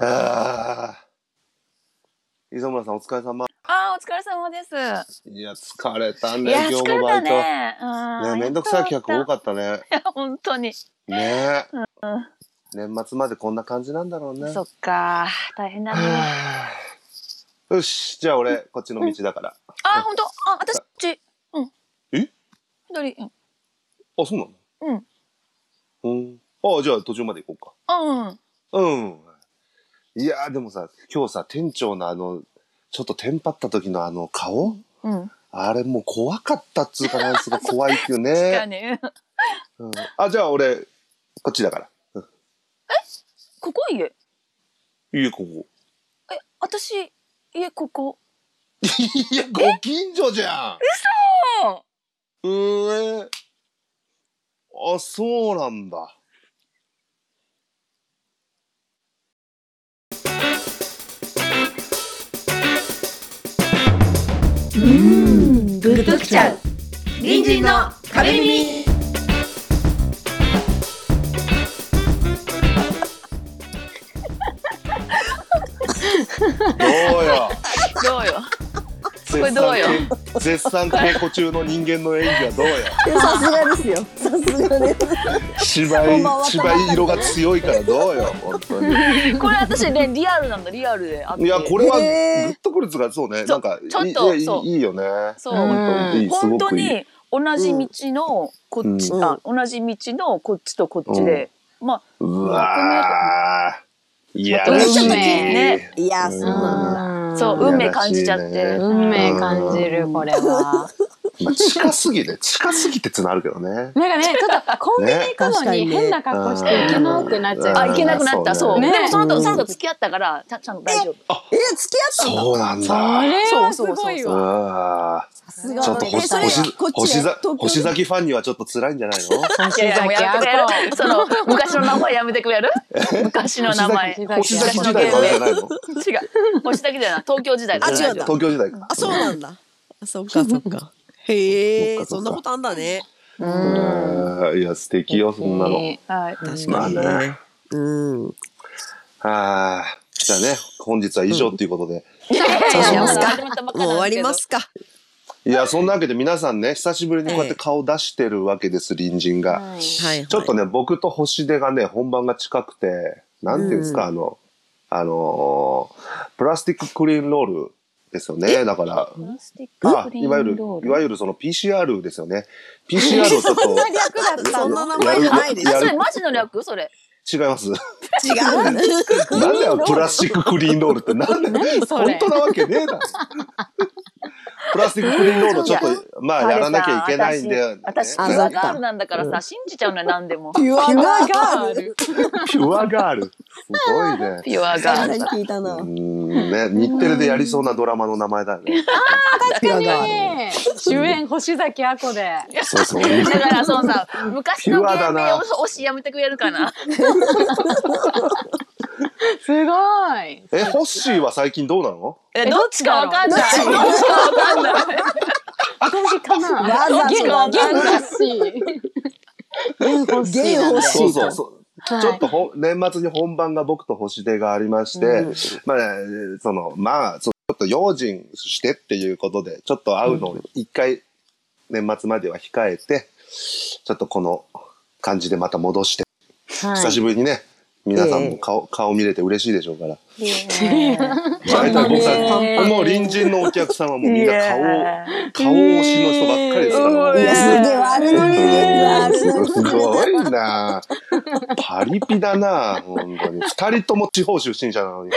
あー磯村さんお疲れ様。ああ、お疲れ様です。いや、疲れたいねや、、今疲日もれバたイト。ね。うん。ね、めんどくさい客多いかったね。や、本当に。ね年末までこんな感じなんだろうね。そっか、大変だね。はあよし、じゃあ俺、こっちの道だから。ああ、本当。あ、私。うん。え？左。うんあ、そうなのううん。ん。あ、じゃあ途中まで行こあうん。うか。うん。いやーでもさ、今日さ、店長のあの、ちょっとテンパった時のあの顔、うん。あれもう怖かったっつうかなんすが怖いっていう 確かね。に。うん、あ、じゃあ俺、こっちだから。ここ家。いや、ここ。え、私家ここ。いや、ご近所じゃん。あうーん、えーあ、そうなんだ。うーん、グッときちゃう。隣人の壁耳。どうよ。ーどうよ。これどうよ絶賛稽古中の人間の演技はどうよ。さすがですよ。さすがです。芝居、芝居色が強いからどうよ、本当に。これ私ね、リアルなんだ、リアルであって。いや、これは、へーグッとくるつが、そうね、うなんか、ちょっといいいそういいいよね。そう本当いい、す本ご当くいい。に同じ道のこっち、うんあ同じ道のこっちとこっちで、まあうわー。いやまらあしい。運命ねいや、そうなんだ。んそういや運命感じちゃってらしいね運命感じる、これは。まあ、近すぎね、近すぎてつなるけどね。 なんかね、ちょっとコンビニ行くのに変な格好していけなくなっちゃう。あいけなくなったそう,、ねでもその後うんその後付き合ったからちゃちゃんと大丈夫え、付き合ったんだ。そうなんそだ。れはすごいうわ。わさすーがちょだっとね。星それ星こっち星でざ星東京で崎ファンにはちょっと辛いんじゃないの？星いやいやもうやめてくれるあこ その昔の名前やめてくれる昔の名前星星崎崎時代とあれじゃないの？違う星だけじゃない東京時代だあ違うんだ東京時代か。あ、そうなんだ。そっか、そっか。へそっえ、かそっかそんなことあんだね。ううんん。いや素敵よそんなの。はい確まかあにねね。。うん。ああじゃあね本日は以上ということで。いやいやいやそうしますまかだ始まったばっかもうなん終わですけどりますか。いやそんなわけで皆さんね久しぶりにこうやって顔出してるわけです隣人が。はいはい。ちょっとね僕と星出がね本番が近くてなんていうんですかあのあのープラスティッククリーンロールですよねだから。プラスティックあク、リいわゆーるンロー、ルいわゆるその PCR ですよね。PCR をちょっと略だった。そんな名前じゃないでやあるそれマジの略それ違います。す。違うんなだ。んだよ、プラスチッククリーンロールって。なんだよ、それ本当なわけねえ だろ。プラスチッククリーンロールちょっと、まあ、やらなきゃいけないんで、ね。私、私ピあュそアっかガールなんだからさ、信じちゃうのよ、何で も。ピュアガール。ル。ピュアガール。すごいね。ピュアガー最ル初。に聞いたなう。んね、日テレでやりそうなドラマの名前だよね。ピュアガール。ね主演星崎あこで。そうそう。だから、そのさ、昔のピュアだ芸な名を推しやめてくれるかな。すごい。え、ホッシーは最近どうなのえどっちかわかんない。どっちどっちかわかんない。私かな。わざゲとゲンだし。ゲン欲しい。ゲン欲しいそうそうそう。はいちょっとほん年末に本番が僕と星出がありまして、うんまあ、その、まあ、そうちょっと用心してっていうことで、ちょっと会うのを一回年末までは控えて、ちょっとこの感じでまた戻して、久しぶりにね、皆さんも顔、顔見れて嬉しいでしょうから。大体僕パンパンは、もう隣人のお客さんはもうみんな顔、顔推しの人ばっかりですから。いや、すげえ悪ノリです。悪ノリ。すごいなあ。パリピだなあ、本当に。二人とも地方出身者なのに。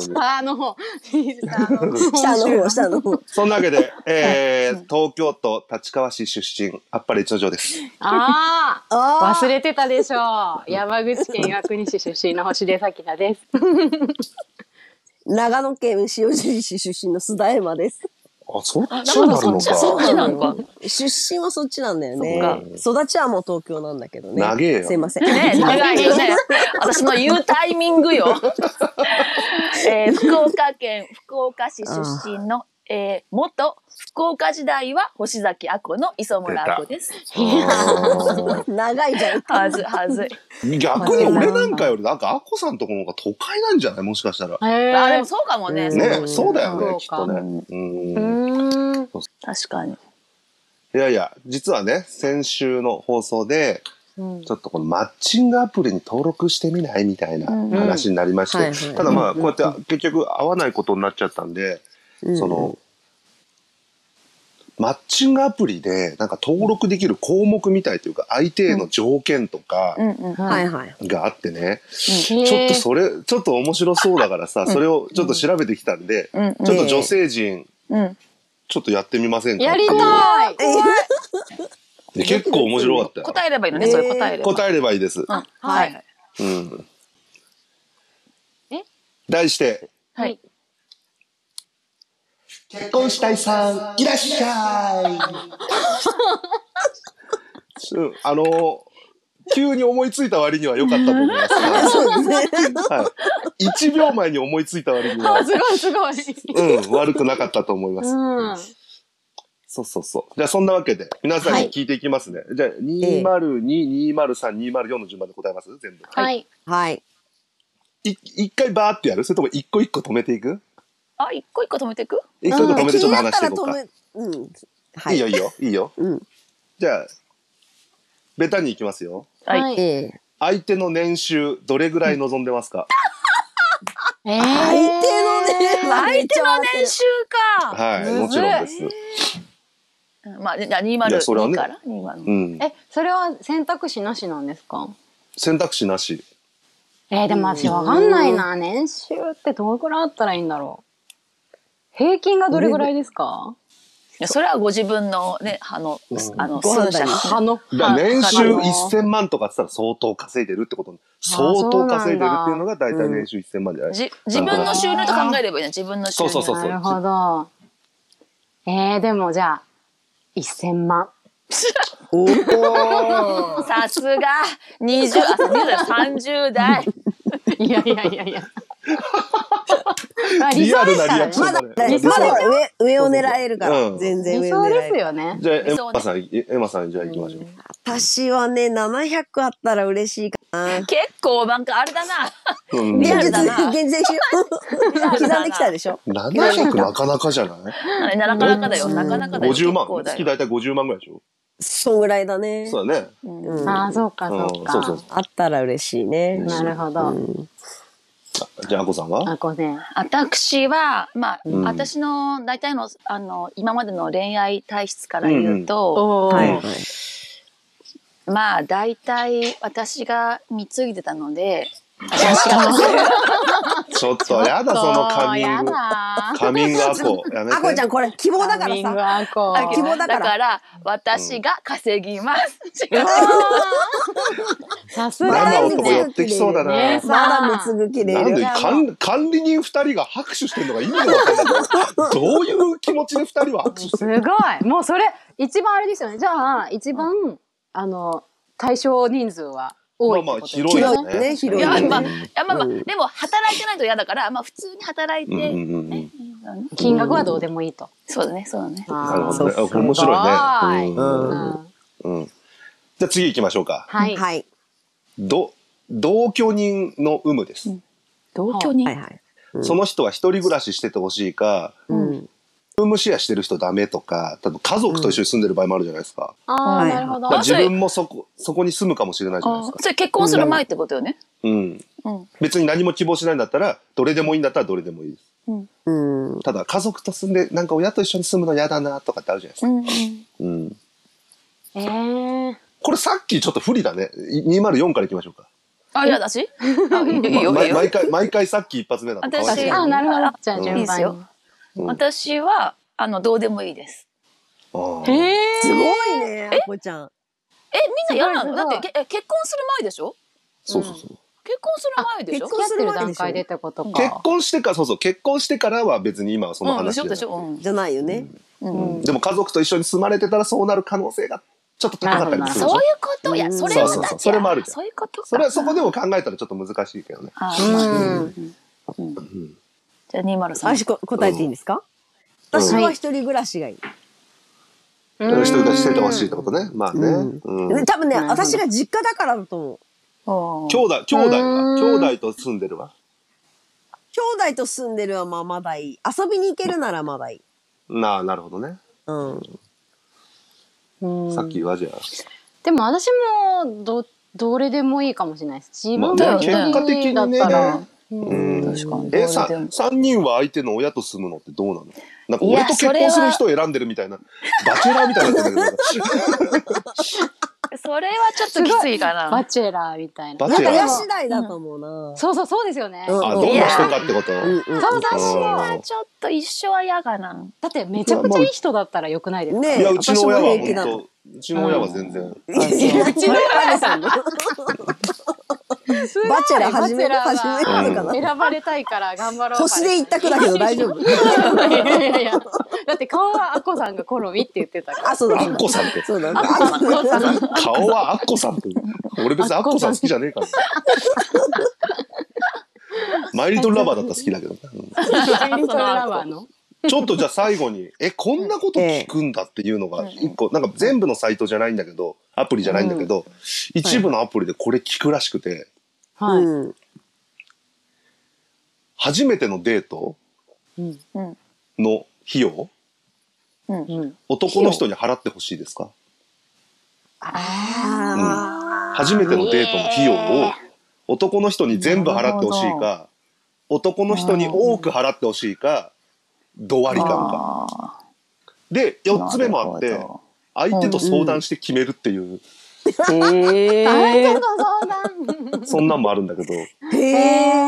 下の方。下の方、下の方。そんなわけで、えー東京都立川市出身、あっぱれ一条です。ああ。あ忘れてたでしょう。山口県岩国市出身の星出咲菜です。ー長野県塩尻市出身の須田エマです。あ、そっあちになるのあそっか。ちなのか。出身はそっちなんだよねそ。育ちはもう東京なんだけどね。長えよすいません。ね、長いよね。私の言うタイミングよ。えー福岡県福岡市出身のえー、元福岡時代は星崎亜子の磯村亜子です。あ 長いじゃん。はずはずい。ー逆に俺なんかよりなんかアッコさんとこの方が都会なんじゃないもしかしたら。あーあでもそうかもね。うんそうかねもそうだよねそうかきっとね。ううんーん確かに。いやいや実はね先週の放送でうんちょっとこのマッチングアプリに登録してみないみたいな話になりまして、うんはいはいただまあうんこうやって結局会わないことになっちゃったんで、うんそのマッチングアプリでなんか登録できる項目みたいというか相手への条件とかうんうん。はいはい。があってね、ちちょっとそれちょっと面白そうだからさ、それをちょっと調べてきたんで、うんちょっと女性陣うんうん。ちょっとやってみませんかやりたいで結構面白かったよ答えればいいのね。それ答えれば。答えればいいです。うんははいういんえ題してはい。結婚したいさんいらっしゃい うんあの急に思いついた割には良かったと思います、そうですね。はい、1秒前に思いついた割にはあ、すごいすごいうん悪くなかったと思います、うんそうそうそうじゃあそんなわけで皆さんに聞いていきますね、じゃあ202203204204の順番で答えます全部はいはい。い一回バーってやるそれとも一個一個止めていくあ一個一個止めていく？一個一個止めてちょっとうん話していこうか、、気になったら止めうん。はいい。いよいいよいいようん。じゃあベタに行きますよはいはいええ。相手の年収どれぐらい望んでますか、えー相手のね、相手の年収か。はいむもずちいろんです、うんまあじゃあ二い丸やそれはね二から二丸。うん、え、それは選択肢なしなんですか選択肢なしえー、でも私わかんないな。年収ってどのくらいあったらいいんだろう。平均がどれぐらいですかいやそれはご自分のねあの、うんあのご判断数社あの、だから年収あ1000万とかって言ったら相当稼いでるってことに相当稼いでるっていうのが大体年収1000万じゃない、じ自分の収入と考えればいいな自分の収入そうそうなるほど。えー、でもじゃあ、1000万。おさすが20あそう20代30代いやいやいや いや。まあーリアルなリアクショまンだだ、ねまだ理想上、上を狙えるかうんら、全然理上を狙想でえする。よね。じゃあエ理マ想ねさんえエマさんじゃあ行きましょう、私はね、700あったら嬉しいか結な。構なんかあれだなうんリアル現だ実、な現実しよ う。刻んできたでしょ700なかなかじゃないなかなかだよなかなかだよ50万結構だ月よ大体50万ぐらいでしょそんぐらいだね。そうだねうんうんああ、そうか、うんそうか。そうそうそあったら嬉しいね。なるほど。うんうじゃああこさんはあ、こね。私はまあ、うん私の大体のあの今までの恋愛体質から言うと、おーはいはい。まあ大体私が貢いでたので私がちょっとやだそのカミンやグだカミングアコやめてあこちゃん、これ希望だからさ。さ。あ希望だから私が稼ぎます。さすまがだでまあ男すね寄。ってきそうだな、ねえまだ貢ぐ気でいなんるで。管管理人二人が拍手してるのが意味がわかんないどういう気持ちで二人は拍手しすごい。もうそれ一番あれですよね。じゃあ一番、あの対象人数は多いってまあまあことです広いよねね広いいやよねまあいやまあまあでも働いてないと嫌だからまあ普通に働いて、うんうんうんうん金額はどうでもいいと。そうだねそうだね。なるほどそうねそう面白いね、うんうんうんうんじゃあ次行きましょうかはい。はい。ど同居人の有無です、同居人、はいはい。うんその人は一人暮らししててほしいかうん。ルームシェアしてる人ダメとか多分家族と一緒に住んでる場合もあるじゃないですか,、ああはいなるほどだか。らそ自れ分もそこそこに住むかもしれないじゃないであすか、それ結婚する前ってことよね。うん、うん別に何も希望しないんだったらどれでもいいんだったらどれでもいいですうん。ただ家族と住んでなんか親と一緒に住むの嫌だなとかってあるじゃないですうか、んうんうん、ええ。これさっきちょっと不利だねい204からいきましょうか、あいや だし。あいいよいいよまいいよ毎回毎回さっき一発目だとかわいそう私あなるほど。じゃあうん順いいですよ番うん私はあのどうでもいいです。あに。ーええ。すごいね、あこちゃん。えみんな嫌なのすごいすだごいってけえ結婚する前でしょそうそうそう結婚する前でしょあ結付き合ってる段階でってこと結か。婚してからそうそう結婚してからは別に今はそのうん、で話しじゃょないでしょ、じゃないよね。うんううんんでも家族と一緒に住まれてたらそうなる可能性がちょっと高かったりすそるでしういうょことや、うんそれもそうそうだそうちそれもあるじゃんそういうことかそれはそこでも考えたらちょっと難しいけどねあうーまあん。じゃあ203あしこ答えていいんですか。私は一人暮らしがいい。う一人暮らししててほしいっんてことね。まあね。うんうんで多分ね、なるほど私が実家だからだと思う。お兄ー弟、兄弟うが、ん兄弟と住んでるわ。兄弟と住んでるはまあまだいい。遊びに行けるならまだいい。なあ、なるほどね。うん。うんさっきはじゃあ。でも私もどどれでもいいかもしれないです。自分まあがね結果的にねだったら、ううんん確かにえ、どうで3も、三人は相手の親と住むのってどうなのなんかいや俺と結婚する人を選んでるみたいな。バチェラーみたいになってるけど。それはちょっときついかな。バチェラーみたいな。バなチんェかラ親ー。次第だと思うな。そうそうそうですよね。うんあ、どんな人かってことうんうんそうそう私うはんちょっと一生は嫌かな。だってめちゃくちゃいい人だったらよくないですか。ねいや、うちの親は私も平気なの本当、うちの親は全然。いやいやうちの彼さんの。すごいバチェラー始めるバチェラー始はめるのかな選ばれたいから頑張ろう。星で一択だけど大丈夫いやいやいやいや。だって顔はアッコさんが好みって言ってたから。あ、そうだ。アッコさんって。そうだ。アッコさん。 顔はアッコさんって。俺別にアッコさん好きじゃねえから。マイリトルラバーだったら好きだけどね。うんマイリトルラバーの。ちょっとじゃあ最後に、え、こんなこと聞くんだっていうのが一個、なんか全部のサイトじゃないんだけど、アプリじゃないんだけど、一部のアプリでこれ聞くらしくて、はうい。ん初めてのデートうんうん。の費用、うん。うん。男の人に払ってほしいですかあ初めてのデートの費用を男の人に全部払ってほしいか、男の人に多く払ってほしいか、度割りかとか。あで、ー四つ目もあっなてる、ほ相手と相談して決めるっていう、どえ相ー手の相談。そんなんもあるんだけど、 ーへえ。え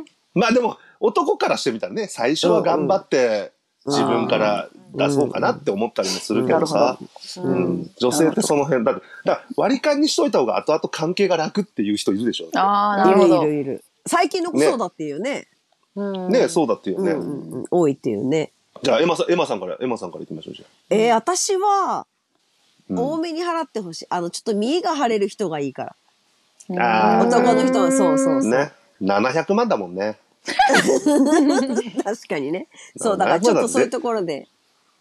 ーまあでも男からしてみたらね、最初は頑張って自分から出そうかなって思ったりもするけどさ、ううんん女性ってその辺だって、だから割り勘にしといた方が後々関係が楽っていう人いるでしょ。ああ、ないるほるどい。るいる。最近の子そうだっていうね。うんねそうだっていううんね。うんうん多いっていうね。じゃあエマさん、エマさんから、エマさんから行きましょうじゃあ。えー、私は、うん多めに払ってほしい。あの、ちょっと見栄が張れる人がいいから。あー男の人はそうそう そう。ね。700万だもんね。確かにね。そう、だまあからちょまっとだねそういうところで、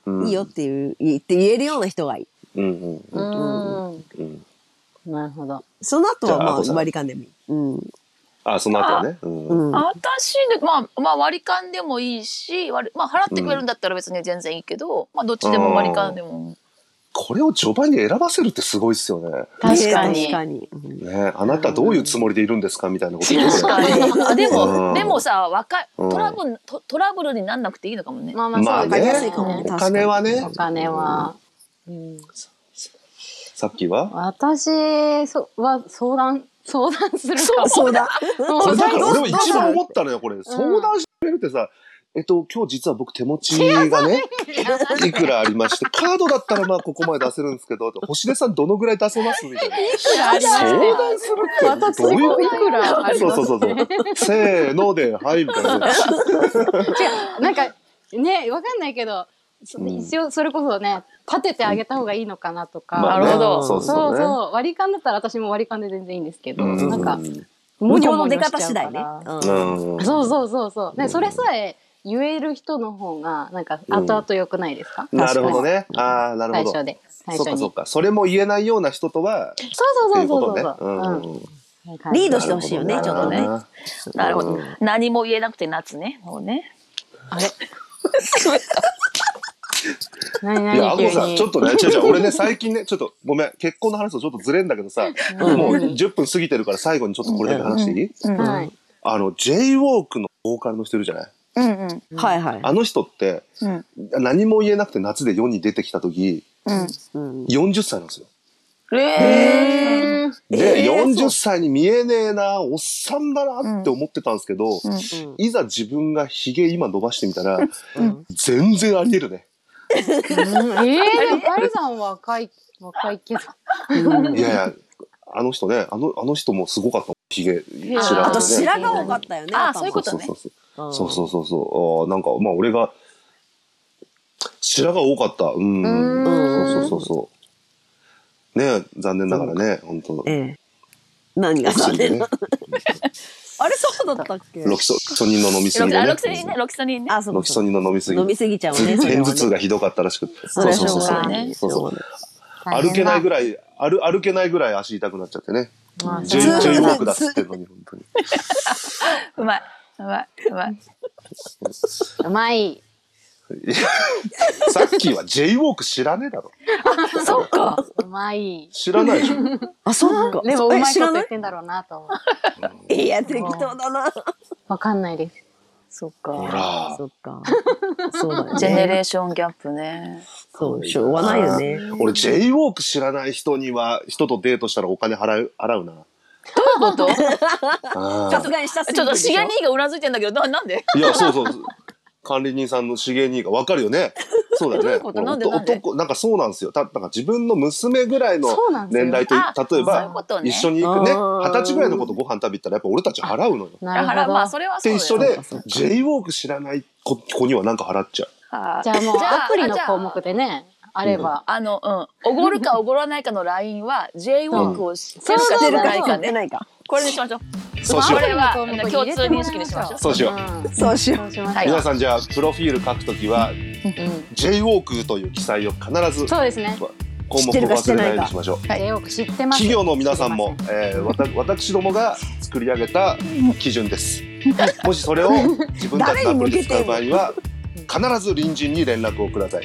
うんいいよっていう、言って言えるような人がいい。うんうんううんん。うん。なるほど。その後じはゃあまアあコさん割り勘でもいい。うん。あ、その後はね。うんうん。私で、まあ、まあ割り勘でもいいし割り、まあ、払ってくれるんだったら別に全然いいけど、まあどっちでも割り勘でもこれを序盤に選ばせるってすごいっすよね。確かね確に。かに。うんねあなたどういうつもりでいるんですかみたいなこと言って確くる。かにあでうもんでもさ若いうんトラブルトトラブルになんなくていいのかもね、まあままああそうでねすわかりやすいかもねお金はねお。金は。うんさっきは私そは相談相談するかも。そうだ。もうこれだからどう俺も一番思ったのよ、これ。相談してくれるってさ、えっと、今日実は僕手持ちがね、 いくらありまして、カードだったらまあここまで出せるんですけど、星出さんどのぐらい出せますみたい な。ありました相ね談するってどういういくらありそうますそうそうそう。せーので、はい、みたいな。違うなんかねわかんないけど、そうん一応それこそね立ててあげた方がいいのかなとか、まあなるほどそうそうそうそうね。割り勘だったら私も割り勘で全然いいんですけど、うんなんか無無料の料の出出方方次次第第ねね。。うんうんそうそうそうそう、ねそれさえ言える人の方がなんか後々良くないですか？なるほどね。ああ、なる最ほど。初で最そう初かにそうか。それも言えないような人とは、っそうてそいううこそとうそうね。そううんうんリーなドるほどしてほしいよね、ちょっとね。ななるほうどん何も言えなくて夏ねもうねあれ何いや、々ア急ゴさん、にちょっとね、違う違う、俺ね、最近ね、ちょっと、ごめん、結婚の話とちょっとずれんだけどさ、もう10分過ぎてるから最後にちょっとこれだけ話していいはいあの、J-WALK のボーカルの人いるじゃないうんうんはいはい。あの人って、うん何も言えなくて夏で世に出てきた時、うんうん40歳なんですよ。えーで、えーそう40歳に見えねえな、おっさんだなって思ってたんですけど、いざ自分がヒゲ今伸ばしてみたら、全然ありえるね。うんえー、でもパリさんは若い若いけどいやいや、あの人ね、あのあの人もすごかった、ヒゲや白あ髪とでね。白髪多かったよね。あ頭そういうことねそうそうそうんうそうそうそうそうあーなんかまあ俺が白髪多かったうんーそうそうそうそうねえ残念ながらね本当ええ。何が独残身でね念な。あれそうだったっけロキソソニンの飲みすぎであね。ロキソニンね、ロキソニンね。あ、そうロかキソそうニンの飲みすか。ぎ。飲みすぎちゃうね。それ片はね頭痛がひどかったらしくて。それはしそうそうょうそうがない。そうそうしょうがない歩けないぐい。らい、歩歩けないぐらい足痛くなっちゃってね。まあジェそうイジェイウォークだだっつってんのに、本当に。うまい。うまい。うまい。うまい。さっきは J ウォーク知らねえだろ。そっか。うまい。知らないでしょ。あ、そうか。でもうえまい知こらなと言いってんだろうなと思う。いや、適当だな。わかんないです。そっか。ほらそっか。そうだよね。 ジェネレーションギャップね。そう、しょうがないよね。俺 J ウォーク知らない人には、人とデートしたらお金払う、払うな。どういうことあさすがに下すぎちょってるとでしょシゲ兄がうなずいてんだけど、ななんであ。いや、そうそう。管理人さんの茂兄がわかるよね。そうだよね。どういうこと俺なんでおなんで男、なんかそうなんですよ。た、なんか自分の娘ぐらいのそうなんですよ年代と、あ例えそういうば、ことね一緒に行くね、あー二十歳ぐらいの子とご飯食べに行ったら、やっぱ俺たち払うのよ。なだから、まあ、るほそれはってそう一緒だよで、J ウォーク知らない子子にはなんか払っちゃう。はど。じゃあもうアプリの項じゃ目あでね、あれば。あの、うん。おごるかおごらないかのラインは、J ウォークを知ってるか知っ知てらるないかか知ってね。ないか。これにしましょう。そうしよこれう。はアプリの項目共通認識にしましょう。そうしよう。んそうしよ。そううしまはしいょう皆さんじゃあプロフィール書くときはうん。 J ウォークという記載を必ずそうですね。項目を忘れないようにしましょう。はい J よく知ってます。企業の皆さん知もってま、えー、わた私どもが作り上げた基準です。 もしそれを自分たちのアプリで使う場合には必ず隣人に連絡をください。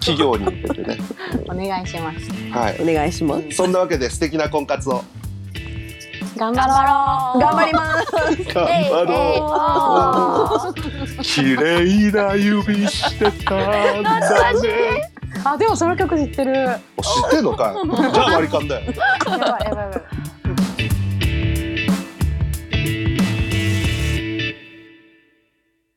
企業に向けてね。すお願いします。はい。お願いします。そんなわけで素敵な婚活を頑張ろ張ろう頑張ります。頑張ろろう。う。綺麗な指してたん だね。う。あ、でもその曲知ってる。や お知ってんのかい。じゃあ割り勘だよ。ばいやばいやばい。